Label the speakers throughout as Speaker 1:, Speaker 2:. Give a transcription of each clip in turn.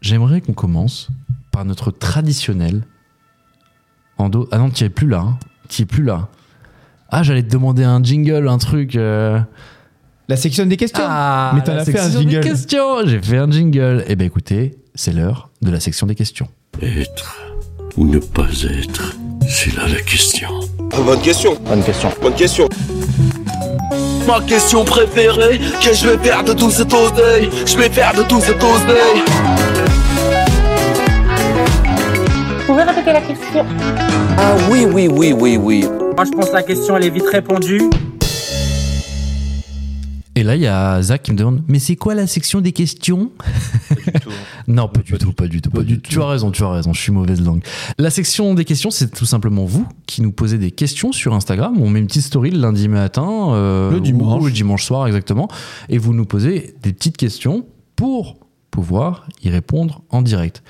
Speaker 1: J'aimerais qu'on commence par notre traditionnel endo. Ah non, tu es plus là. hein. Tu es plus là. Ah, j'allais te demander un jingle, un truc. euh,
Speaker 2: La section des questions.
Speaker 1: Ah,
Speaker 2: Mais t'en
Speaker 1: la
Speaker 2: as fait un
Speaker 1: section des
Speaker 2: jingle.
Speaker 1: questions. J'ai fait un jingle. Eh ben écoutez, c'est l'heure de la section des questions.
Speaker 3: Être ou ne pas être, c'est là la question.
Speaker 4: Bonne question. Bonne question. Bonne question.
Speaker 3: Ma question préférée, que je vais faire de tout cet oseille, je vais faire de tout cet oseille.
Speaker 5: Vous pouvez répéter la question
Speaker 3: Ah oui, oui, oui, oui, oui.
Speaker 6: Moi, je pense que la question, elle est vite répondue.
Speaker 1: Et là, il y a Zach qui me demande Mais c'est quoi la section des questions Non, pas du tout, pas du tout, pas du tout. Tu as raison, tu as raison, je suis mauvaise langue. La section des questions, c'est tout simplement vous qui nous posez des questions sur Instagram. On met une petite story le lundi matin, euh,
Speaker 2: Le
Speaker 1: ou-
Speaker 2: dimanche.
Speaker 1: ou le dimanche soir exactement, et vous nous posez des petites questions pour pouvoir y répondre en direct.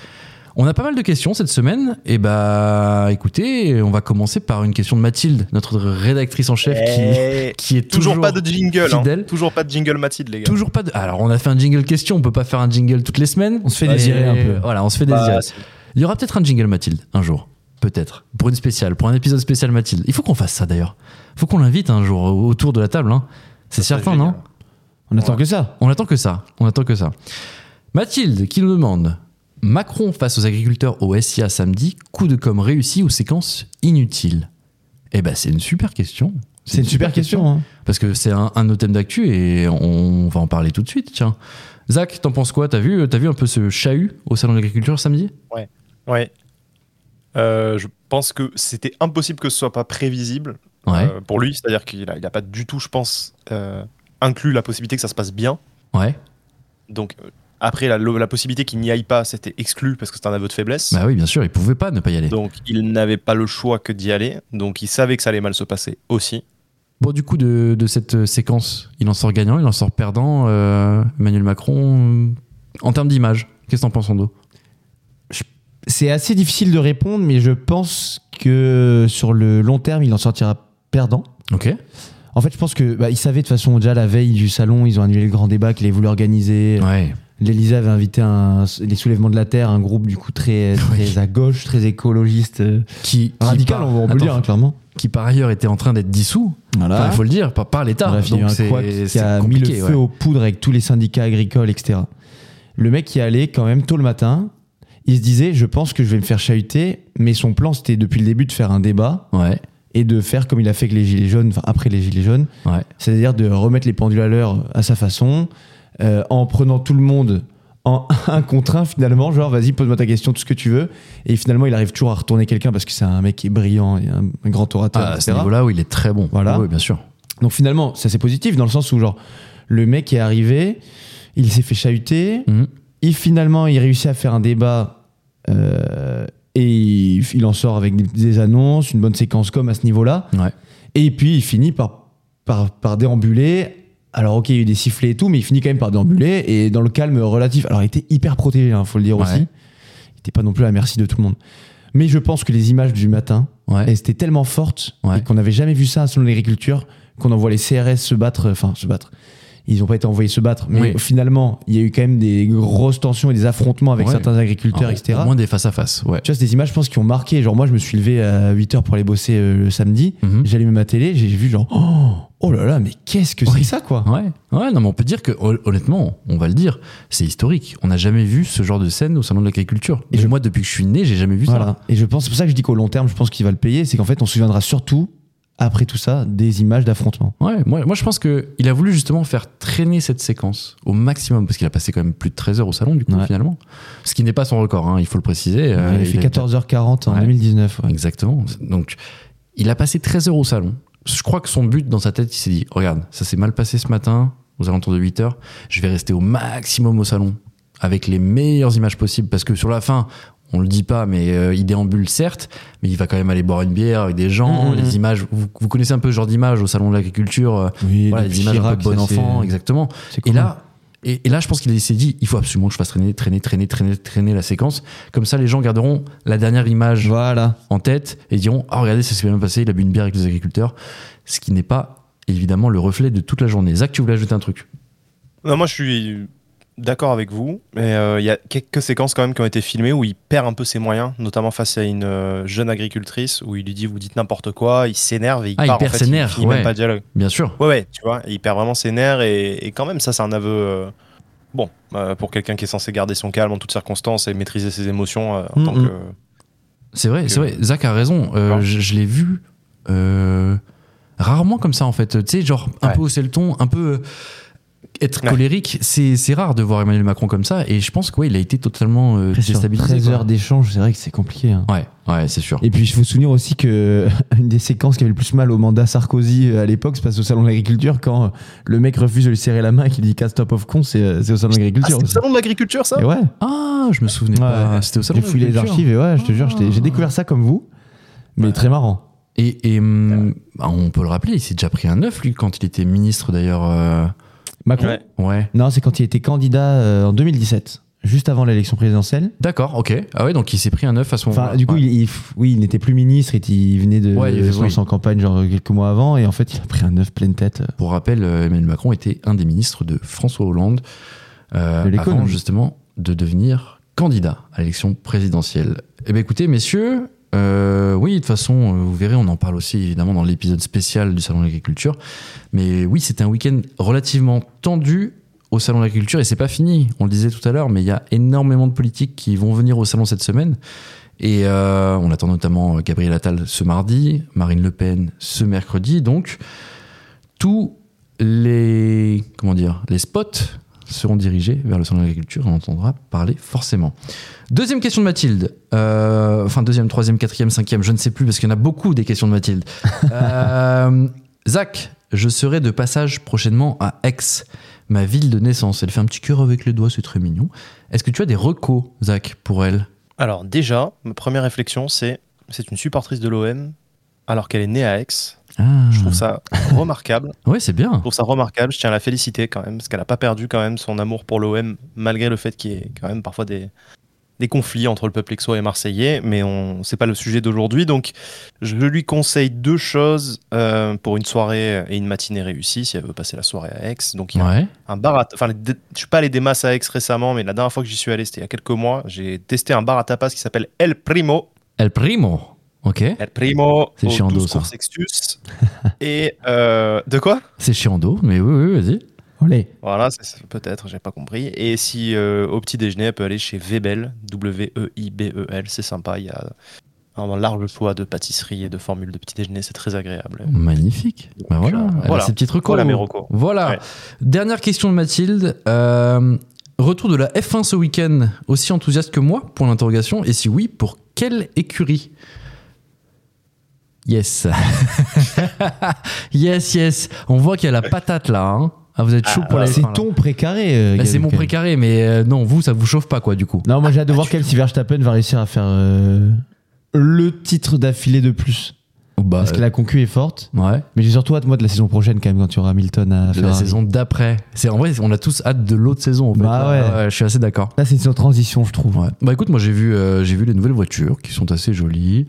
Speaker 1: On a pas mal de questions cette semaine. Et bah, écoutez, on va commencer par une question de Mathilde, notre rédactrice en chef, qui,
Speaker 7: Eh,
Speaker 1: qui est
Speaker 7: Toujours,
Speaker 1: toujours,
Speaker 7: pas de jingle. hein.
Speaker 1: fidèle.
Speaker 7: Toujours pas de jingle Mathilde, les gars.
Speaker 1: Toujours pas de. Alors, on a fait un jingle question, on peut pas faire un jingle toutes les semaines.
Speaker 2: On se fait
Speaker 1: Mais-
Speaker 2: désirer un peu.
Speaker 1: Voilà, on se fait
Speaker 7: Bah,
Speaker 1: désirer.
Speaker 7: c'est-
Speaker 1: Il y aura peut-être un jingle Mathilde un jour. Peut-être. Pour une spéciale, pour un épisode spécial Mathilde. Il faut qu'on fasse ça d'ailleurs. Il faut qu'on l'invite un jour au- autour de la table. hein. C'est
Speaker 7: Ça serait
Speaker 1: certain,
Speaker 7: génial.
Speaker 1: non
Speaker 2: On attend que ça.
Speaker 1: On attend que ça. On attend que ça. Mathilde qui nous demande Macron face aux agriculteurs au SIA samedi, coup de com réussi ou séquence inutile Eh ben, c'est une super question.
Speaker 2: C'est une super question. hein.
Speaker 1: Parce que c'est un, un de nos thèmes d'actu et on va en parler tout de suite, tiens. Zach, t'en penses quoi T'as vu, euh, t'as vu un peu ce chahut au salon de l'agriculture samedi
Speaker 7: Ouais. Euh, je pense que c'était impossible que ce soit pas prévisible
Speaker 1: Ouais,
Speaker 7: euh, pour lui. C'est-à-dire qu'il a, il a pas du tout, je pense, euh, inclus la possibilité que ça se passe bien.
Speaker 1: ouais.
Speaker 7: Donc euh, après, la, la possibilité qu'il n'y aille pas, c'était exclu parce que c'était un aveu de faiblesse.
Speaker 1: Bah oui, bien sûr, il pouvait pas ne pas y aller.
Speaker 7: Donc il n'avait pas le choix que d'y aller. Donc il savait que ça allait mal se passer aussi.
Speaker 1: Bon, du coup, de, de cette euh, séquence, il en sort gagnant, il en sort perdant, euh, Emmanuel Macron. euh, En termes d'image, qu'est-ce que t'en penses, Ando
Speaker 2: C'est assez difficile de répondre, mais je pense que sur le long terme, il en sortira perdant.
Speaker 1: Ok.
Speaker 2: En fait, je pense que bah, ils savaient de toute façon déjà la veille du salon, ils ont annulé le grand débat qu'ils avaient voulu organiser.
Speaker 1: Ouais.
Speaker 2: L'Élysée avait invité un- les soulèvements de la terre, un groupe du coup très, très à gauche, très écologiste, euh,
Speaker 1: Qui, qui
Speaker 2: radical,
Speaker 1: par-
Speaker 2: on peut le
Speaker 1: Attends,
Speaker 2: dire hein, clairement.
Speaker 1: Qui par ailleurs était en train d'être dissous, enfin,
Speaker 2: Voilà.
Speaker 1: il faut le dire, par, par l'État.
Speaker 2: Bref, il y a eu
Speaker 1: Donc
Speaker 2: un
Speaker 1: c'est-
Speaker 2: couac qui
Speaker 1: c'est
Speaker 2: a mis le
Speaker 1: compliqué,
Speaker 2: feu
Speaker 1: ouais.
Speaker 2: aux poudres avec tous les syndicats agricoles, etc. Le mec y allait quand même tôt le matin. Il se disait, je pense que je vais me faire chahuter, mais son plan c'était depuis le début de faire un débat
Speaker 1: Ouais,
Speaker 2: et de faire comme il a fait avec les Gilets jaunes, enfin après les Gilets jaunes,
Speaker 1: ouais.
Speaker 2: c'est-à-dire de remettre les pendules à l'heure à sa façon, euh, en prenant tout le monde en un contre un finalement, genre vas-y pose-moi ta question, tout ce que tu veux. Et finalement il arrive toujours à retourner quelqu'un parce que c'est un mec qui est brillant et un, un grand orateur.
Speaker 1: Ah, à ce
Speaker 2: etc.
Speaker 1: niveau-là, oui, il est très bon.
Speaker 2: Voilà.
Speaker 1: Oui, bien sûr.
Speaker 2: Donc finalement, ça c'est positif dans le sens où genre le mec est arrivé, il s'est fait chahuter,
Speaker 1: Mhm.
Speaker 2: il finalement il réussit à faire un débat euh, et il, il en sort avec des, des annonces, une bonne séquence comme à ce niveau-là.
Speaker 1: Ouais.
Speaker 2: Et puis il finit par, par, par déambuler. Alors ok, il y a eu des sifflets et tout, mais il finit quand même par déambuler et dans le calme relatif. Alors il était hyper protégé, il faut le dire
Speaker 1: Ouais.
Speaker 2: aussi. Il n'était pas non plus à la merci de tout le monde. Mais je pense que les images du matin,
Speaker 1: Ouais.
Speaker 2: et c'était tellement forte
Speaker 1: Ouais.
Speaker 2: et qu'on n'avait jamais vu ça selon l'agriculture qu'on envoie les CRS se battre, euh, enfin se battre. Ils n'ont pas été envoyés se battre, mais
Speaker 1: Oui.
Speaker 2: finalement, il y a eu quand même des grosses tensions et des affrontements avec
Speaker 1: Ouais.
Speaker 2: certains agriculteurs,
Speaker 1: Ah,
Speaker 2: etc.
Speaker 1: Au moins des face à face, ouais.
Speaker 2: Tu vois, c'est des images, je pense, qui ont marqué. Genre, moi, je me suis levé à 8h pour aller bosser euh, le samedi.
Speaker 1: Mhm.
Speaker 2: J'ai allumé ma télé, j'ai vu genre, oh, oh là là, mais qu'est-ce que c'est
Speaker 1: Oui.
Speaker 2: que ça, quoi
Speaker 1: Ouais, ouais, non, mais on peut dire que, hon- honnêtement, on va le dire, c'est historique. On n'a jamais vu ce genre de scène au salon de l'agriculture.
Speaker 2: Et
Speaker 1: Et
Speaker 2: je-
Speaker 1: moi, depuis que je suis né, j'ai jamais vu
Speaker 2: Voilà. Et je pense, c'est pour ça que je dis qu'au long terme, je pense qu'il va le payer. C'est qu'en fait, on se souviendra surtout, après tout ça, des images d'affrontements.
Speaker 1: ça. Ouais, moi, moi, je pense qu'il a voulu justement faire traîner cette séquence au maximum, parce qu'il a passé quand même plus de 13 heures au salon, du coup,
Speaker 2: Ouais.
Speaker 1: finalement. Ce qui n'est pas son record, hein, il faut le préciser. Euh,
Speaker 2: il fait
Speaker 1: a-
Speaker 2: 14h40 en
Speaker 1: Ouais.
Speaker 2: 2019. ouais.
Speaker 1: Exactement. Donc, il a passé 13 heures au salon. Je crois que son but dans sa tête, il s'est dit Regarde, ça s'est mal passé ce matin, aux alentours de 8 heures. Je vais rester au maximum au salon, avec les meilleures images possibles. Parce que sur la fin, on le dit pas, mais euh, il déambule certes, mais il va quand même aller boire une bière avec des gens.
Speaker 2: Mhm.
Speaker 1: Les images, vous, vous connaissez un peu ce genre d'image au salon de l'agriculture, euh,
Speaker 2: Oui,
Speaker 1: voilà,
Speaker 2: depuis
Speaker 1: les images un
Speaker 2: Chirac,
Speaker 1: peu bon
Speaker 2: ça, c'est-
Speaker 1: enfant, exactement.
Speaker 2: c'est
Speaker 1: Et
Speaker 2: commun.
Speaker 1: là, et, et là, je pense qu'il s'est dit, il faut absolument que je fasse traîner, traîner, traîner, traîner, traîner la séquence. Comme ça, les gens garderont la dernière image
Speaker 2: Voilà.
Speaker 1: en tête et diront Ah, regardez, ça s'est bien passé, il a bu une bière avec les agriculteurs. Ce qui n'est pas évidemment le reflet de toute la journée. Zach, tu voulais ajouter un truc
Speaker 7: Non, moi Bah, je suis d'accord avec vous, mais euh, il y a quelques séquences quand même qui ont été filmées où il perd un peu ses moyens, notamment face à une euh, jeune agricultrice où il lui dit vous dites n'importe quoi, il s'énerve et il
Speaker 1: Ah, il
Speaker 7: part. en
Speaker 1: perd
Speaker 7: fait,
Speaker 1: ses nerfs,
Speaker 7: finit
Speaker 1: ouais.
Speaker 7: même pas le dialogue.
Speaker 1: Bien sûr.
Speaker 7: Ouais, ouais, tu vois, il perd vraiment ses nerfs et, et quand même, ça, c'est un aveu. euh, bon, euh, pour quelqu'un qui est censé garder son calme en toutes circonstances et maîtriser ses émotions euh, en
Speaker 2: Mm,
Speaker 7: tant
Speaker 2: mm.
Speaker 7: que.
Speaker 1: C'est vrai,
Speaker 7: Que-
Speaker 1: c'est vrai. Zach a raison. Euh,
Speaker 7: Alors.
Speaker 1: je je l'ai vu euh, rarement comme ça, en fait. Tu sais, genre, un
Speaker 7: Ouais.
Speaker 1: peu hausser le ton, un peu euh, être
Speaker 7: Ouais.
Speaker 1: colérique. C'est c'est rare de voir Emmanuel Macron comme ça. Et je pense qu'il a été totalement euh,
Speaker 2: Après, sur
Speaker 1: déstabilisé.
Speaker 2: 13
Speaker 1: quoi.
Speaker 2: heures d'échange, c'est vrai que c'est compliqué. hein.
Speaker 1: Ouais, ouais, c'est sûr.
Speaker 2: Et puis, il faut se souvenir aussi que une des séquences qui avait le plus mal au mandat Sarkozy euh, à l'époque se passe au Salon de l'Agriculture quand euh, le mec refuse de lui serrer la main et qu'il dit casse-toi pauvre con, c'est euh, c'est au Salon de l'Agriculture. aussi.
Speaker 7: de l'agriculture, ça
Speaker 2: Et ouais,
Speaker 1: Ah, je me souvenais
Speaker 2: Ouais.
Speaker 1: pas. C'était au salon.
Speaker 2: j'ai
Speaker 1: de
Speaker 2: fouillé les
Speaker 1: l'agriculture.
Speaker 2: archives et ouais, je te jure, j'étais- j'ai découvert ça comme vous, mais très marrant.
Speaker 1: Et, et, hum, bah, on peut le rappeler, il s'est déjà pris un œuf, lui, quand il était ministre, d'ailleurs. euh,
Speaker 2: Macron
Speaker 7: Ouais.
Speaker 1: Ouais.
Speaker 2: Non, c'est quand il était candidat euh, en 2017, juste avant l'élection présidentielle.
Speaker 1: D'accord, ok. Ah ouais, donc il s'est pris un œuf à ce moment-là.
Speaker 2: Enfin, du coup,
Speaker 1: Ouais.
Speaker 2: il, il- oui, il n'était plus ministre, il, était- il venait de
Speaker 1: Ouais, il-
Speaker 2: de se lancer
Speaker 1: oui.
Speaker 2: en campagne genre quelques mois avant, et en fait, il a pris un œuf pleine tête. euh,
Speaker 1: Pour rappel, euh, Emmanuel Macron était un des ministres de François Hollande euh,
Speaker 2: De l'économie.
Speaker 1: avant justement de devenir candidat à l'élection présidentielle. Eh bien écoutez, messieurs, euh, oui, de toute façon, euh, vous verrez, on en parle aussi évidemment dans l'épisode spécial du Salon de l'Agriculture. Mais oui, c'était un week-end relativement tendu au Salon de l'Agriculture et c'est pas fini. On le disait tout à l'heure, mais il y a énormément de politiques qui vont venir au Salon cette semaine. Et euh, on attend notamment Gabriel Attal ce mardi, Marine Le Pen ce mercredi. Donc, tous les comment dire les spots seront dirigés vers le salon de l'agriculture. On entendra parler forcément. Deuxième question de Mathilde. Euh, enfin deuxième, troisième, quatrième, cinquième, je ne sais plus parce qu'il y en a beaucoup des questions de Mathilde. Euh, Zach, je serai de passage prochainement à Aix, ma ville de naissance. Elle fait un petit cœur avec les doigts, c'est très mignon. Est-ce que tu as des recos, Zach, pour elle
Speaker 7: Alors, déjà, ma première réflexion, c'est c'est une supportrice de l'OM, alors qu'elle est née à Aix.
Speaker 1: ah.
Speaker 7: Je trouve ça remarquable.
Speaker 1: Ouais, c'est bien.
Speaker 7: Je trouve ça remarquable. Je tiens à la féliciter quand même, parce qu'elle n'a pas perdu quand même son amour pour l'OM, malgré le fait qu'il y ait quand même parfois des, des conflits entre le peuple aixois et marseillais. Mais on c'est pas le sujet d'aujourd'hui. Donc, je lui conseille deux choses euh, pour une soirée et une matinée réussie, si elle veut passer la soirée à Aix. Donc, il y a
Speaker 1: Ouais.
Speaker 7: un bar à. Enfin, les dé- je suis pas allé des masses à Aix récemment, mais la dernière fois que j'y suis allé, c'était il y a quelques mois. J'ai testé un bar à tapas qui s'appelle El Primo.
Speaker 1: El primo. Ok.
Speaker 7: El Primo,
Speaker 1: C'est
Speaker 7: au
Speaker 1: chiant d'eau,
Speaker 7: 12
Speaker 1: ça.
Speaker 7: cours Sextus. et. euh, de quoi
Speaker 1: C'est chiant d'eau, mais oui, oui, vas-y.
Speaker 2: Olé.
Speaker 7: Voilà, c'est- c'est- peut-être, j'ai pas compris. Et si euh, au petit déjeuner, elle peut aller chez Webel, E W-E-I-B-E-L, c'est sympa, il y a un large choix de pâtisseries et de formules de petit déjeuner, c'est très agréable.
Speaker 1: Magnifique.
Speaker 7: Donc,
Speaker 1: Bah voilà,
Speaker 7: euh,
Speaker 1: elle a
Speaker 7: voilà.
Speaker 1: ses petites recos.
Speaker 7: Voilà mes recos.
Speaker 1: Voilà.
Speaker 7: Ouais.
Speaker 1: Dernière question de Mathilde. Euh, retour de la F1 ce week-end. Aussi enthousiaste que moi pour l'interrogation Et si oui, pour quelle écurie Yes. yes, yes. On voit qu'il y a la patate là. hein. Ah, vous êtes chaud pour la
Speaker 2: C'est
Speaker 1: F1, là.
Speaker 2: ton précaré. euh,
Speaker 1: Bah,
Speaker 2: Gaël
Speaker 1: c'est mon
Speaker 2: Leclerc.
Speaker 1: précaré, Ah, mais euh, non, vous, ça vous chauffe pas quoi du coup.
Speaker 2: Non, moi j'ai hâte de voir quel si Verstappen va réussir à faire euh, le titre d'affilée de plus.
Speaker 1: Bah,
Speaker 2: Parce que la concu est forte.
Speaker 1: euh, ouais.
Speaker 2: Mais j'ai surtout hâte, moi, de la saison prochaine, quand même, quand tu auras Hamilton à
Speaker 1: De
Speaker 2: faire.
Speaker 1: la saison d'après. C'est en vrai, on a tous hâte de l'autre saison. en fait.
Speaker 2: Bah ouais.
Speaker 1: Je suis assez d'accord.
Speaker 2: Là, c'est une saison de transition, je trouve.
Speaker 1: Ouais. Bah écoute, moi j'ai vu, euh, j'ai vu les nouvelles voitures qui sont assez jolies.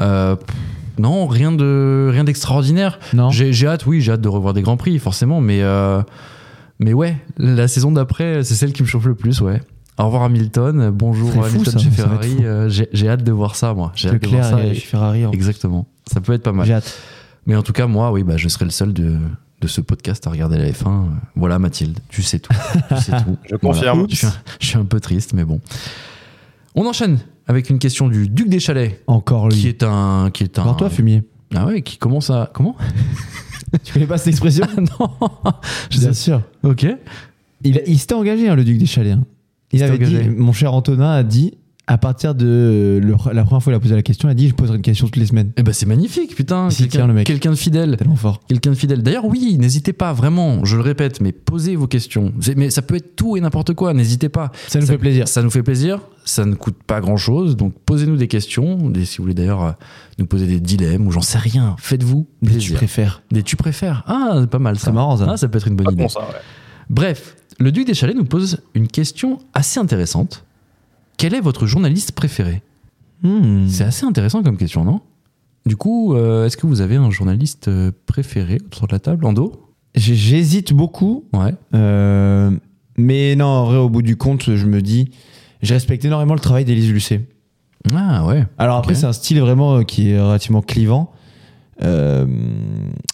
Speaker 1: Euh, pff, non, rien de rien d'extraordinaire.
Speaker 2: Non
Speaker 1: J'ai j'ai hâte, oui, j'ai hâte de revoir des grands prix forcément, mais euh, mais ouais, la saison d'après, c'est celle qui me chauffe le plus, ouais. Au revoir Hamilton, bonjour
Speaker 2: Ce serait fou,
Speaker 1: Hamilton
Speaker 2: ça,
Speaker 1: chez
Speaker 2: ça va être
Speaker 1: Ferrari.
Speaker 2: fou.
Speaker 1: Euh, j'ai j'ai hâte de voir ça, moi. J'ai hâte de voir
Speaker 2: Leclerc
Speaker 1: ça.
Speaker 2: et
Speaker 1: et-
Speaker 2: Ferrari. en-
Speaker 1: Exactement. Ça peut être pas mal.
Speaker 2: J'ai hâte.
Speaker 1: Mais en tout cas, moi, oui, bah, je serai le seul de, de ce podcast à regarder la F1. Voilà, Mathilde, tu sais tout. Tu sais tout.
Speaker 7: Je
Speaker 1: Voilà.
Speaker 7: confirme.
Speaker 1: Je suis, un, je suis un peu triste, mais bon. On enchaîne avec une question du Duc des Chalets,
Speaker 2: Encore
Speaker 1: qui
Speaker 2: lui.
Speaker 1: est un. Qui est un
Speaker 2: Encore toi, fumier.
Speaker 1: Ah ouais, qui commence à. Comment
Speaker 2: Tu connais pas cette expression
Speaker 1: Ah Non Eh Je
Speaker 2: Bien
Speaker 1: sais-
Speaker 2: sûr.
Speaker 1: Ok.
Speaker 2: Il, il s'était engagé, hein, le duc des Chalets. hein. Il,
Speaker 1: s'était
Speaker 2: avait dit,
Speaker 1: engagé.
Speaker 2: mon cher Antonin a dit, à partir de euh, le- la première fois qu'il a posé la question, il a dit, je poserai une question toutes les semaines.
Speaker 1: Eh ben, c'est magnifique, putain.
Speaker 2: Il s'y
Speaker 1: Quelqu'un
Speaker 2: tient, le mec.
Speaker 1: quelqu'un de fidèle.
Speaker 2: Tellement fort.
Speaker 1: Quelqu'un de fidèle. D'ailleurs, oui, n'hésitez pas, vraiment, je le répète, mais posez vos questions. C'est- Mais ça peut être tout et n'importe quoi, n'hésitez pas.
Speaker 2: Ça nous fait plaisir.
Speaker 1: Ça nous fait plaisir, ça ne coûte pas grand chose, donc posez-nous des questions, des, si vous voulez d'ailleurs euh, nous poser des dilemmes ou j'en sais rien, faites-vous
Speaker 2: Mais tu
Speaker 1: plaisir.
Speaker 2: préfères.
Speaker 1: Des tu préfères Ah, c'est pas mal ça.
Speaker 2: C'est marrant, ça.
Speaker 1: Ah, ça peut être une bonne
Speaker 7: Pas
Speaker 1: idée.
Speaker 7: con, ça, ouais.
Speaker 1: Bref, le Duc des Chalets nous pose une question assez intéressante. Quel est votre journaliste préféré
Speaker 2: Hmm.
Speaker 1: C'est assez intéressant comme question, non Du coup, euh, est-ce que vous avez un journaliste euh, préféré autour de la table en dos
Speaker 2: J- J'hésite beaucoup.
Speaker 1: Ouais.
Speaker 2: Euh, Mais non, en vrai, au bout du compte, je me dis, je respecte énormément le travail d'Élise Lucet.
Speaker 1: Ah ouais.
Speaker 2: Alors après,
Speaker 1: Ok.
Speaker 2: c'est un style vraiment euh, qui est relativement clivant. Euh,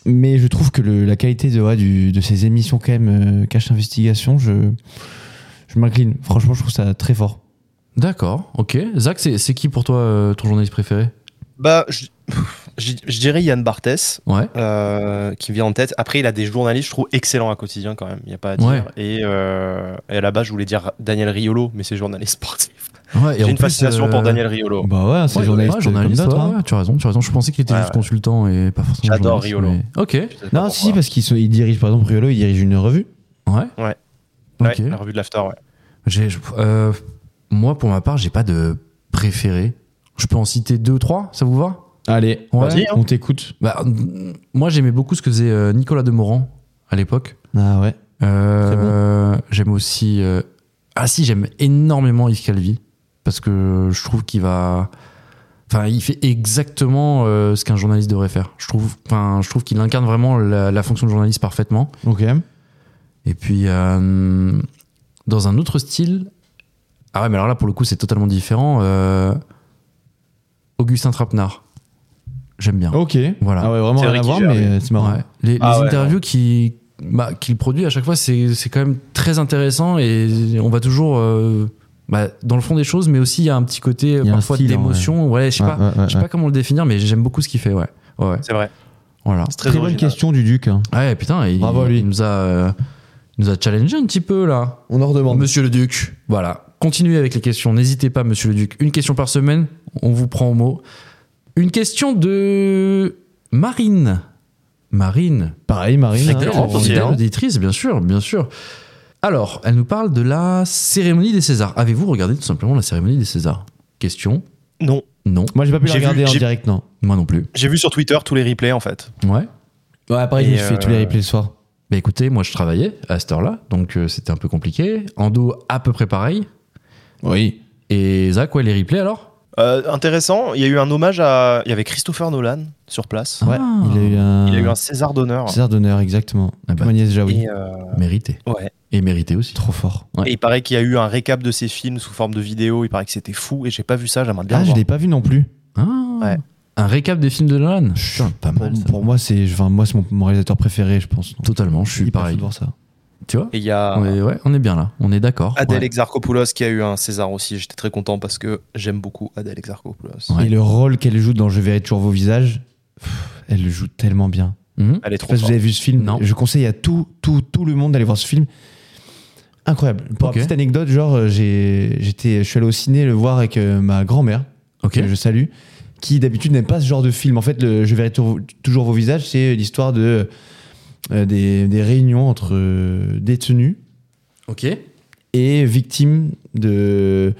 Speaker 2: mais je trouve que le- la qualité de, ouais, du- de ces émissions quand même euh, cache investigation, je, je m'incline. Franchement, je trouve ça très fort.
Speaker 1: D'accord, ok. Zach, c'est c'est qui pour toi euh, ton journaliste préféré
Speaker 7: Bah, je, je- je dirais Yann Barthès,
Speaker 1: Ouais.
Speaker 7: euh, qui me vient en tête. Après, il a des journalistes, je trouve, excellents à quotidien quand même. Il n'y a pas à dire.
Speaker 1: Ouais.
Speaker 7: Et, euh, et à la base, je voulais dire Daniel Riolo, mais c'est journaliste sportif.
Speaker 1: ouais et en
Speaker 7: J'ai une
Speaker 1: plus,
Speaker 7: fascination
Speaker 1: euh,
Speaker 7: pour Daniel Riolo.
Speaker 2: Bah ouais, c'est
Speaker 1: ouais,
Speaker 2: journaliste,
Speaker 1: ouais, journaliste,
Speaker 2: comme d'autres,
Speaker 1: ouais,
Speaker 2: hein.
Speaker 1: ouais, tu as raison, tu as raison. Je pensais qu'il était
Speaker 7: Ouais,
Speaker 1: juste
Speaker 7: ouais.
Speaker 1: consultant et pas forcément.
Speaker 7: J'adore
Speaker 1: journaliste,
Speaker 7: Riolo.
Speaker 1: mais- Ok.
Speaker 7: Je sais pas
Speaker 2: Non, si, si,
Speaker 7: pourquoi.
Speaker 2: parce qu'il se- il dirige, par exemple, Riolo, il dirige une revue.
Speaker 1: Ouais.
Speaker 7: Ouais.
Speaker 1: Ok.
Speaker 7: Ouais, la revue de l'After, ouais.
Speaker 1: J'ai- je- euh, moi, pour ma part, j'ai pas de préféré. Je peux en citer deux, trois. Ça vous va
Speaker 2: Allez,
Speaker 1: Ouais.
Speaker 7: Vas-y, hein.
Speaker 2: on t'écoute.
Speaker 1: Bah, mm, moi, j'aimais beaucoup ce que faisait euh, Nicolas Demorand à l'époque.
Speaker 2: Ah ouais.
Speaker 1: Euh, J'aime aussi. euh, Ah si, j'aime énormément Yves Calvi parce que je trouve qu'il va. Enfin, il fait exactement euh, ce qu'un journaliste devrait faire. Je trouve. Enfin, je trouve qu'il incarne vraiment la, la fonction de journaliste parfaitement.
Speaker 2: Ok.
Speaker 1: Et puis euh, dans un autre style. Ah ouais, mais alors là pour le coup c'est totalement différent. euh, Augustin Trapenard, j'aime bien.
Speaker 2: Ok.
Speaker 1: Voilà.
Speaker 2: Ah ouais, vraiment
Speaker 7: C'est
Speaker 2: rien à
Speaker 7: Ricky
Speaker 2: voir,
Speaker 7: Gervais.
Speaker 2: mais euh, c'est marrant.
Speaker 1: Ouais. Les, les
Speaker 7: Ah ouais,
Speaker 1: interviews qui bah, qu'il produit à chaque fois, c'est c'est quand même très intéressant et on va toujours euh, bah, dans le fond des choses, mais aussi il y a un petit côté euh,
Speaker 2: Il y a un
Speaker 1: parfois
Speaker 2: style, hein,
Speaker 1: d'émotion. Ouais, je sais
Speaker 2: Ouais,
Speaker 1: pas,
Speaker 2: ouais, ouais,
Speaker 1: je sais
Speaker 2: ouais.
Speaker 1: pas comment le définir, mais j'aime beaucoup ce qu'il fait. Ouais, ouais, ouais.
Speaker 7: C'est vrai.
Speaker 1: voilà.
Speaker 7: C'est très,
Speaker 2: Très bonne
Speaker 7: original.
Speaker 2: question du Duc. hein.
Speaker 1: Ouais, putain, il,
Speaker 2: Bravo à lui.
Speaker 1: il nous a, euh, il nous a challengé un petit peu là,
Speaker 2: On en redemande.
Speaker 1: Monsieur le Duc. Voilà. Continuez avec les questions. N'hésitez pas, Monsieur le Duc. Une question par semaine, on vous prend au mot. Une question de Marine. Marine,
Speaker 2: Pareil, Marine.
Speaker 7: Fidèle,
Speaker 2: hein,
Speaker 7: fidèle.
Speaker 1: Fidèle
Speaker 2: fidèle.
Speaker 1: auditrice, bien sûr, bien sûr. Alors, elle nous parle de la cérémonie des Césars. Avez-vous regardé tout simplement la cérémonie des Césars Question
Speaker 7: Non,
Speaker 1: Non,
Speaker 2: Moi, j'ai pas pu la
Speaker 7: J'ai vu-
Speaker 2: regarder en
Speaker 7: j'ai-
Speaker 2: direct, non.
Speaker 1: moi non plus.
Speaker 7: j'ai vu sur Twitter tous les replays en fait.
Speaker 1: Ouais.
Speaker 2: Ouais, après, je
Speaker 7: Et
Speaker 2: me suis fait
Speaker 7: euh,
Speaker 2: tous les replays le soir.
Speaker 1: Bah écoutez, moi je travaillais à cette heure-là, donc euh, c'était un peu compliqué. Ando, à peu près pareil.
Speaker 2: Oui.
Speaker 1: Et Zach, ouais, les replays alors
Speaker 7: Euh, intéressant, il y a eu un hommage à. Il y avait Christopher Nolan sur place.
Speaker 2: Ouais,
Speaker 1: Ah.
Speaker 2: il a eu un.
Speaker 7: Il a eu un César d'honneur.
Speaker 2: César d'honneur, exactement.
Speaker 1: Ah bah.
Speaker 2: Comme Agnès Jaoui.
Speaker 7: Et, euh,
Speaker 1: Mérité.
Speaker 7: ouais.
Speaker 1: Et mérité aussi.
Speaker 2: Trop fort.
Speaker 1: Ouais.
Speaker 7: Et il paraît qu'il y a eu un récap de ses films sous forme de vidéo. Il paraît que c'était fou et j'ai pas vu ça. J'aimerais bien.
Speaker 2: Ah,
Speaker 7: le
Speaker 2: je
Speaker 7: voir.
Speaker 2: l'ai pas vu non plus.
Speaker 1: Ah.
Speaker 7: Ouais.
Speaker 1: Un récap des films de Nolan Putain, pas
Speaker 2: Pour,
Speaker 1: mal ça.
Speaker 2: pour moi, c'est enfin, moi, c'est mon, mon réalisateur préféré, je pense. Donc,
Speaker 1: Totalement, je suis
Speaker 2: hyper fou
Speaker 1: pareil.
Speaker 2: de voir ça.
Speaker 1: Tu vois
Speaker 7: Et il y a
Speaker 1: on est, Ouais, on est bien là, on est d'accord.
Speaker 7: Ah. Adèle
Speaker 1: Ouais.
Speaker 7: Exarchopoulos qui a eu un César aussi. J'étais très content parce que j'aime beaucoup Adèle Exarchopoulos.
Speaker 1: Ouais.
Speaker 2: Et le rôle qu'elle joue dans Je verrai toujours vos visages, pff, elle le joue tellement bien.
Speaker 1: Mhm.
Speaker 7: Elle
Speaker 2: Je
Speaker 7: est
Speaker 2: sais
Speaker 7: trop
Speaker 2: pas si vous
Speaker 7: forte.
Speaker 2: avez vu ce film.
Speaker 1: Non.
Speaker 2: Je conseille à tout, tout, tout le monde d'aller voir ce film. Incroyable. Pour
Speaker 1: Ok.
Speaker 2: la petite anecdote, genre, euh, j'ai, j'étais, je suis allé au ciné le voir avec euh, ma grand-mère,
Speaker 1: Ok.
Speaker 2: que je salue, qui d'habitude n'aime pas ce genre de film. En fait, le, je verrai tou- toujours vos visages, c'est l'histoire de, euh, des, des réunions entre euh, détenus
Speaker 1: Ok.
Speaker 2: et victime de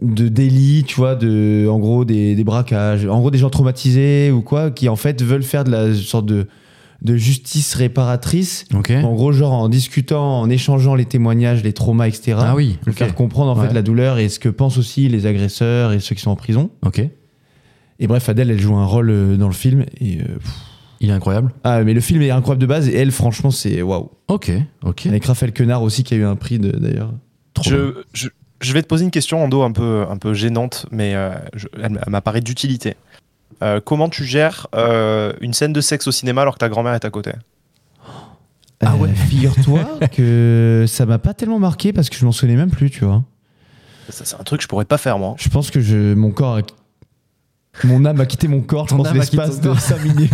Speaker 2: de délits, tu vois, de en gros des, des braquages, en gros des gens traumatisés ou quoi, qui en fait veulent faire de la sorte de de justice réparatrice.
Speaker 1: Ok.
Speaker 2: En gros, genre en discutant, en échangeant les témoignages, les traumas, etc.
Speaker 1: Ah oui,
Speaker 2: Pour
Speaker 1: ok.
Speaker 2: faire comprendre en
Speaker 1: Ouais.
Speaker 2: fait la douleur et ce que pensent aussi les agresseurs et ceux qui sont en prison.
Speaker 1: Ok.
Speaker 2: Et bref, Adèle, elle joue un rôle euh, dans le film. Et euh, pff.
Speaker 1: Il est incroyable.
Speaker 2: ah, mais le film est incroyable de base. Et elle, franchement, c'est waouh.
Speaker 1: Ok, ok.
Speaker 2: Avec Raphaël Quenard aussi qui a eu un prix de- d'ailleurs.
Speaker 1: Trop bien.
Speaker 7: Je, je, je vais te poser une question en dos un peu, un peu gênante, mais euh, je- elle, m- elle m'apparaît d'utilité. Euh, comment tu gères euh, une scène de sexe au cinéma alors que ta grand-mère est à côté
Speaker 1: Ah
Speaker 2: Euh,
Speaker 1: ouais.
Speaker 2: Figure-toi que ça m'a pas tellement marqué parce que je m'en souvenais même plus, tu vois.
Speaker 7: Ça, c'est un truc que je pourrais pas faire, moi.
Speaker 2: Je pense que je, mon corps a- Mon âme a quitté mon corps, je
Speaker 1: Ton
Speaker 2: pense,
Speaker 1: âme a quitté
Speaker 2: l'espace
Speaker 1: ton
Speaker 2: de 5 minutes.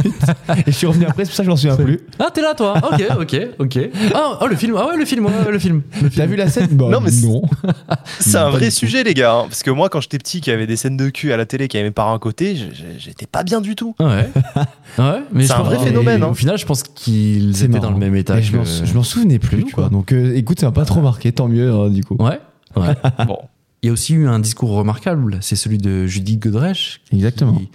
Speaker 2: Et je suis revenu après, c'est pour ça que je m'en souviens plus.
Speaker 1: Ah, t'es là, toi Ok, ok, ok. Ah, oh, le film, ah ouais, le film, ouais, le film.
Speaker 2: T'as vu la scène Bah,
Speaker 7: Non, mais c'est-
Speaker 2: non.
Speaker 7: C'est un
Speaker 2: Pas
Speaker 7: vrai
Speaker 2: du tout.
Speaker 7: sujet, les gars. hein, parce que moi, quand j'étais petit, qu'il y avait des scènes de cul à la télé, qu'il y avait mes parents à côté, je- je- j'étais pas bien du tout.
Speaker 1: Ah Ouais. ouais mais je
Speaker 7: C'est un
Speaker 1: pense-
Speaker 7: vrai
Speaker 1: mais
Speaker 7: phénomène, hein.
Speaker 1: Au final, je pense qu'ils
Speaker 2: C'est
Speaker 1: étaient
Speaker 2: marrant.
Speaker 1: dans le même état.
Speaker 2: Et je m'en-
Speaker 1: que-
Speaker 2: je m'en souvenais plus,
Speaker 1: Plus,
Speaker 2: tu vois.
Speaker 1: quoi.
Speaker 2: Donc euh, écoute, ça m'a pas trop marqué, tant mieux, hein, du coup.
Speaker 1: Ouais. ouais.
Speaker 7: Bon.
Speaker 1: Il y a aussi eu un discours remarquable, c'est celui de Judith Godrèche.
Speaker 2: Exactement.
Speaker 1: Qui,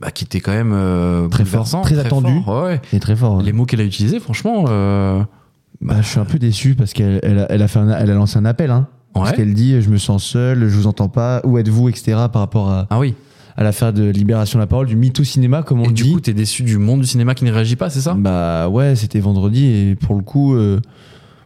Speaker 1: bah, qui était quand même euh,
Speaker 2: Très fort,
Speaker 1: bouleversant,
Speaker 2: très attendu.
Speaker 1: fort, ouais, ouais.
Speaker 2: C'est très fort. hein. ouais.
Speaker 1: Les mots qu'elle a utilisés, franchement. euh,
Speaker 2: Bah, je suis un peu déçu parce qu'elle elle a, elle a fait un- elle a lancé un appel. Hein, Parce
Speaker 1: ouais.
Speaker 2: qu'elle dit Je me sens seule, je vous entends pas, où êtes-vous, etc. par rapport à,
Speaker 1: Ah oui.
Speaker 2: à l'affaire de libération de la parole, du MeToo cinéma, comme on
Speaker 1: Et
Speaker 2: dit.
Speaker 1: du coup, t'es déçu du monde du cinéma qui ne réagit pas, c'est ça
Speaker 2: Bah ouais, c'était vendredi et pour le coup, euh,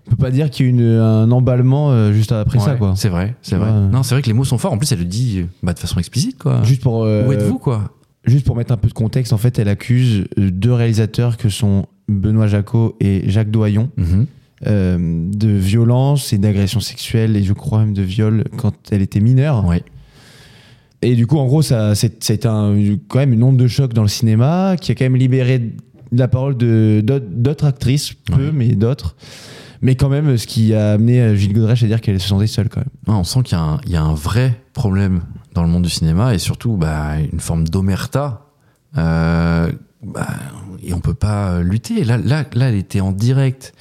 Speaker 2: on peut pas dire qu'il y a eu une- un emballement euh, juste après ça,
Speaker 1: Ouais,
Speaker 2: quoi.
Speaker 1: C'est vrai, c'est vrai.
Speaker 2: Ouais.
Speaker 1: Non, c'est vrai que les mots sont forts. En plus, elle le dit euh, bah, de façon explicite, quoi.
Speaker 2: Juste pour, euh,
Speaker 1: Où êtes-vous, quoi
Speaker 2: juste pour mettre un peu de contexte, en fait, elle accuse euh, deux réalisateurs que sont Benoît Jacot et Jacques Doyon
Speaker 1: Mhm.
Speaker 2: euh, de violence et d'agression sexuelle et je crois même de viol quand elle était mineure.
Speaker 1: Ouais.
Speaker 2: Et du coup, en gros, ça, c'est, c'est un, quand même une onde de choc dans le cinéma qui a quand même libéré la parole de, d'autres, d'autres actrices, peu,
Speaker 1: Ouais.
Speaker 2: mais d'autres. Mais quand même, ce qui a amené euh, Gilles Godrèche à dire qu'elle se sentait seule quand même.
Speaker 1: Ouais, on sent qu'il y, a un- il y a un vrai problème dans le monde du cinéma et surtout bah, une forme d'omerta. euh, bah, et on peut pas euh, lutter. Là, là, là, elle était en direct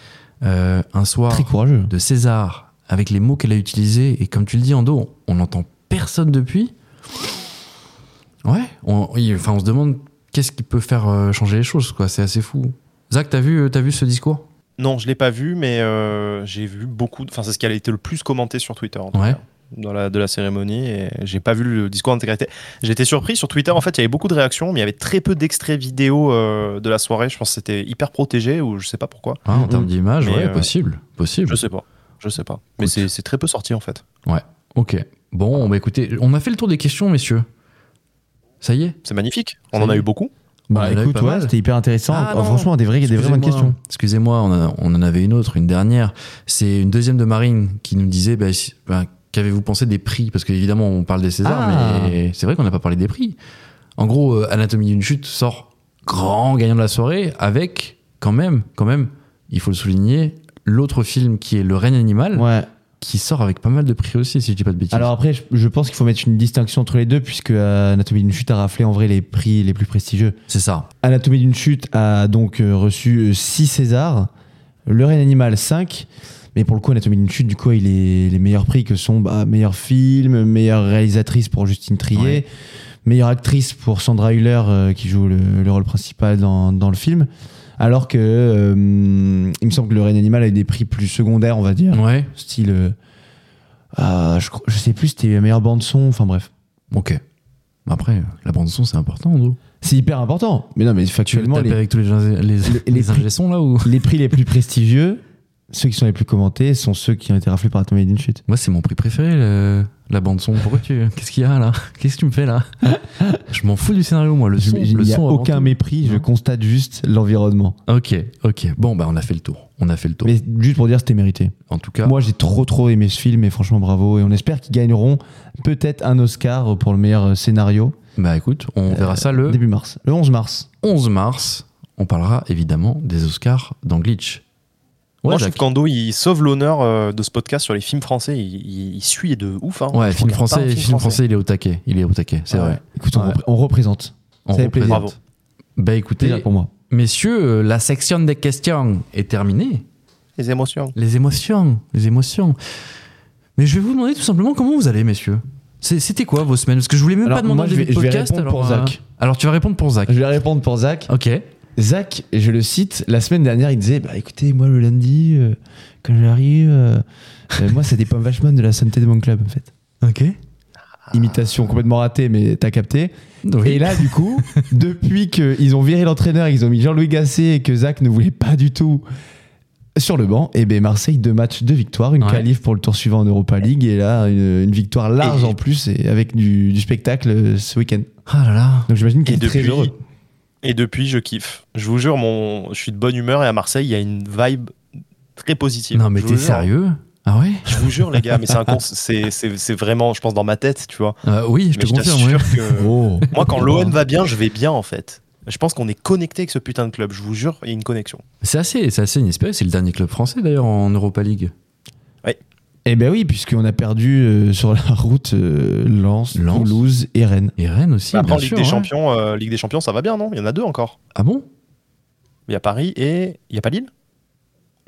Speaker 1: euh, un soir
Speaker 2: Très courageux.
Speaker 1: de César avec les mots qu'elle a utilisés et comme tu le dis en dos, on n'entend personne depuis. Ouais, on, il- enfin, on se demande qu'est-ce qui peut faire euh, changer les choses. quoi. C'est assez fou. Zach, t'as vu, euh, t'as vu ce discours
Speaker 7: Non, je l'ai pas vu, mais euh, j'ai vu beaucoup. de- Enfin, c'est ce qui a été le plus commenté sur Twitter. En tout
Speaker 1: Ouais.
Speaker 7: cas, dans la, de la cérémonie, et j'ai pas vu le discours en intégralité. J'étais surpris sur Twitter. En fait, il y avait beaucoup de réactions, mais il y avait très peu d'extraits vidéo euh, de la soirée. Je pense que c'était hyper protégé ou je sais pas pourquoi.
Speaker 1: Hein, En
Speaker 2: Mhm.
Speaker 1: termes d'image,
Speaker 7: Mais,
Speaker 1: ouais,
Speaker 7: euh,
Speaker 1: possible. possible.
Speaker 7: Je sais pas. Je sais pas. Mais
Speaker 1: Écoute.
Speaker 7: c'est c'est très peu sorti en fait.
Speaker 1: Ok. Bon, bah écoutez, on a fait le tour des questions, messieurs. Ça y est
Speaker 7: C'est magnifique. On
Speaker 1: Ça
Speaker 7: en
Speaker 1: y
Speaker 7: a
Speaker 1: est.
Speaker 7: eu beaucoup.
Speaker 1: Bah,
Speaker 2: Bah,
Speaker 1: elle avait
Speaker 2: écoute,
Speaker 1: pas
Speaker 2: ouais,
Speaker 1: mal.
Speaker 2: c'était hyper intéressant.
Speaker 1: Ah,
Speaker 2: Oh,
Speaker 1: non.
Speaker 2: franchement, des vraies, des vraies
Speaker 1: Excusez-moi.
Speaker 2: bonnes
Speaker 1: hein.
Speaker 2: questions.
Speaker 1: Excusez-moi, on, a- on en avait une autre, une dernière. C'est une deuxième de Marine qui nous disait bah, si- bah, qu'avez-vous pensé des prix Parce qu'évidemment, on parle des Césars,
Speaker 2: Ah.
Speaker 1: mais c'est vrai qu'on n'a pas parlé des prix. En gros, euh, Anatomie d'une chute sort grand gagnant de la soirée avec, quand même, quand même, il faut le souligner, l'autre film qui est Le règne animal,
Speaker 2: Ouais.
Speaker 1: qui sort avec pas mal de prix aussi, si je dis pas de bêtises.
Speaker 2: Alors après, je, je pense qu'il faut mettre une distinction entre les deux, puisque euh, Anatomie d'une chute a raflé en vrai les prix les plus prestigieux.
Speaker 1: c'est ça.
Speaker 2: Anatomie d'une chute a donc euh, reçu 6 Césars, Le Règne Animal 5, mais pour le coup, Anatomie d'une chute, du coup, il est les meilleurs prix que sont bah, meilleur film, meilleure réalisatrice pour Justine Trier,
Speaker 1: Ouais.
Speaker 2: meilleure actrice pour Sandra Hüller, euh, qui joue le, le rôle principal dans, dans le film. Alors que euh, il me semble que Le Règne Animal a eu des prix plus secondaires, on va dire
Speaker 1: Ouais,
Speaker 2: style euh, ah, je, cro- je sais plus c'était la meilleure bande son enfin bref
Speaker 1: ok. Après, la bande-son, c'est important, Ando.
Speaker 2: c'est hyper important mais non mais
Speaker 1: Tu veux le
Speaker 2: factuellement
Speaker 1: taper
Speaker 2: les,
Speaker 1: avec tous les, gens- les, les,
Speaker 2: les prix-
Speaker 1: ingé-sons, là ou
Speaker 2: les prix les plus prestigieux ceux qui sont les plus commentés sont ceux qui ont été raflés par Anatomie d'une chute
Speaker 1: Moi, c'est mon prix préféré, le- la bande-son. Pourquoi tu. Qu'est-ce qu'il y a là Qu'est-ce que tu me fais là Je m'en fous du scénario, moi. Le
Speaker 2: Je-
Speaker 1: son,
Speaker 2: il
Speaker 1: le
Speaker 2: n'y a
Speaker 1: son avant
Speaker 2: aucun
Speaker 1: tout.
Speaker 2: mépris je
Speaker 1: Non.
Speaker 2: constate juste l'environnement
Speaker 1: Ok, ok. Bon, bah, on a fait le tour. On a fait le tour.
Speaker 2: mais juste pour dire c'était mérité
Speaker 1: en tout cas,
Speaker 2: moi j'ai trop trop aimé ce film et franchement bravo et on espère qu'ils gagneront peut-être un Oscar pour le meilleur euh, scénario
Speaker 1: bah écoute,
Speaker 2: Euh,
Speaker 1: on verra ça le
Speaker 2: début mars le 11 mars
Speaker 1: 11 mars. On parlera évidemment des Oscars dans Glitch.
Speaker 7: Moi, je
Speaker 1: Jacques.
Speaker 7: trouve qu'Ando, il sauve l'honneur euh, de ce podcast sur les films français. Il, il- il suit de ouf. Hein.
Speaker 1: Ouais,
Speaker 7: Je
Speaker 1: film
Speaker 7: regarde pas un
Speaker 1: français, film, français, il est au taquet. Il est au taquet, c'est
Speaker 2: Ouais.
Speaker 1: vrai.
Speaker 2: écoute on,
Speaker 1: Ouais.
Speaker 2: repré- on représente
Speaker 1: On
Speaker 2: Ça fait plaisir.
Speaker 1: représente. Bah écoutez,
Speaker 2: plaisir pour moi
Speaker 1: messieurs, euh, la section des questions est terminée.
Speaker 7: Les émotions.
Speaker 1: Les émotions, les émotions. Mais je vais vous demander tout simplement comment vous allez, messieurs. C'est- C'était quoi vos semaines Parce que je voulais même
Speaker 2: Alors,
Speaker 1: pas demander
Speaker 2: moi, je
Speaker 1: le
Speaker 2: vais- je vais
Speaker 1: podcast.
Speaker 2: répondre
Speaker 1: alors, euh,
Speaker 2: pour Zach.
Speaker 1: alors tu vas répondre pour Zach.
Speaker 2: je vais répondre pour Zach
Speaker 1: Ok.
Speaker 2: Zach, je le cite, la semaine dernière, il disait Bah écoutez, moi le lundi, euh, quand j'arrive, euh, euh, moi ça dépend vachement de la santé de mon club en fait.
Speaker 1: Ok.
Speaker 2: Imitation complètement ratée, mais t'as capté.
Speaker 1: Oui.
Speaker 2: Et là, du coup, depuis qu'ils ont viré l'entraîneur, ils ont mis Jean-Louis Gasset et que Zach ne voulait pas du tout sur le banc, et bien Marseille, deux matchs, deux victoires, une
Speaker 1: Ouais.
Speaker 2: qualif pour le tour suivant en Europa League, et là, une, une victoire large
Speaker 7: Et-
Speaker 2: en plus, et avec du, du spectacle euh, ce week-end.
Speaker 1: Ah là là.
Speaker 2: Donc j'imagine
Speaker 7: Et
Speaker 2: qu'il est
Speaker 7: depuis,
Speaker 2: très heureux.
Speaker 7: et depuis, je kiffe. Je vous jure, mon, je suis de bonne humeur et à Marseille, il y a une vibe très positive.
Speaker 1: Non mais
Speaker 7: Je vous
Speaker 1: t'es
Speaker 7: jure.
Speaker 1: sérieux Ah ouais
Speaker 7: Je vous jure, les gars, mais c'est un cons- c'est- c'est c'est vraiment, je pense, dans ma tête, tu vois.
Speaker 1: Euh, Oui, je
Speaker 7: Mais
Speaker 1: te confirme.
Speaker 7: t'assure
Speaker 1: ouais.
Speaker 7: que
Speaker 2: Oh.
Speaker 7: moi, quand l'OM va bien, je vais bien, en fait. Je pense qu'on est connecté avec ce putain de club. Je vous jure, il y a une connexion.
Speaker 1: C'est assez, c'est assez inespéré. C'est le dernier club français d'ailleurs en Europa League.
Speaker 2: Eh ben oui, puisqu'on a perdu euh, sur la route euh, Lens,
Speaker 1: Lens.
Speaker 2: Toulouse et Rennes.
Speaker 1: Et Rennes aussi,
Speaker 2: Bah,
Speaker 1: bien
Speaker 7: Après, en Ligue
Speaker 1: sûr.
Speaker 7: des
Speaker 1: ouais.
Speaker 7: Champions, euh, Ligue des Champions, ça va bien, non Il y en a deux encore.
Speaker 1: Ah bon
Speaker 7: Il y a Paris et il y a pas Lille.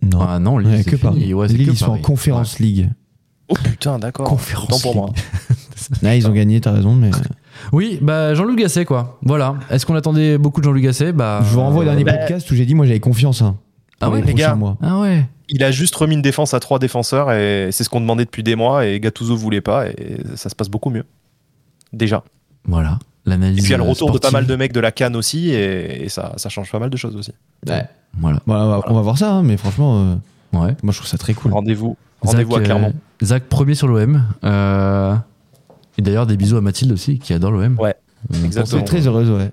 Speaker 2: Non,
Speaker 1: Ah non,
Speaker 2: Ouais,
Speaker 1: Lille, c'est
Speaker 2: que
Speaker 1: fini.
Speaker 2: Paris.
Speaker 1: Ouais, c'est
Speaker 2: Lille,
Speaker 1: que
Speaker 2: ils sont en
Speaker 1: Paris.
Speaker 2: conférence league.
Speaker 7: Oh putain, d'accord.
Speaker 1: Conférence
Speaker 7: Autant pour moi.
Speaker 2: Là, ils ont gagné, t'as raison, mais
Speaker 1: Oui, bah Jean-Luc Gasset quoi. Voilà. Est-ce qu'on attendait beaucoup de Jean-Luc Gasset Bah.
Speaker 2: je vous renvoie au dernier
Speaker 7: bah-
Speaker 2: podcast où j'ai dit, moi j'avais confiance. Hein,
Speaker 1: Ah
Speaker 2: pour
Speaker 1: ouais,
Speaker 2: les
Speaker 1: les
Speaker 2: prochains
Speaker 7: gars.
Speaker 2: mois.
Speaker 1: Ah ouais.
Speaker 7: Il a juste remis une défense à trois défenseurs et c'est ce qu'on demandait depuis des mois et Gattuso voulait pas et ça se passe beaucoup mieux. Déjà.
Speaker 1: Voilà.
Speaker 7: Et
Speaker 1: L'analyse.
Speaker 7: puis il y a le retour de pas
Speaker 1: sportive.
Speaker 7: mal de mecs de la Cannes aussi et, et ça, ça change pas mal de choses aussi.
Speaker 2: Ouais.
Speaker 1: Voilà.
Speaker 2: Voilà, on va- on va voir ça, hein, mais franchement, euh,
Speaker 1: Ouais.
Speaker 2: Moi, je trouve ça très cool.
Speaker 7: Rendez-vous rendez-vous à
Speaker 1: euh,
Speaker 7: Clermont.
Speaker 1: Zach, premier sur l'OM. Euh, et d'ailleurs, des bisous à Mathilde aussi, qui adore l'OM.
Speaker 7: Ouais,
Speaker 1: On pense-
Speaker 7: exactement.
Speaker 2: C'est très heureuse, ouais.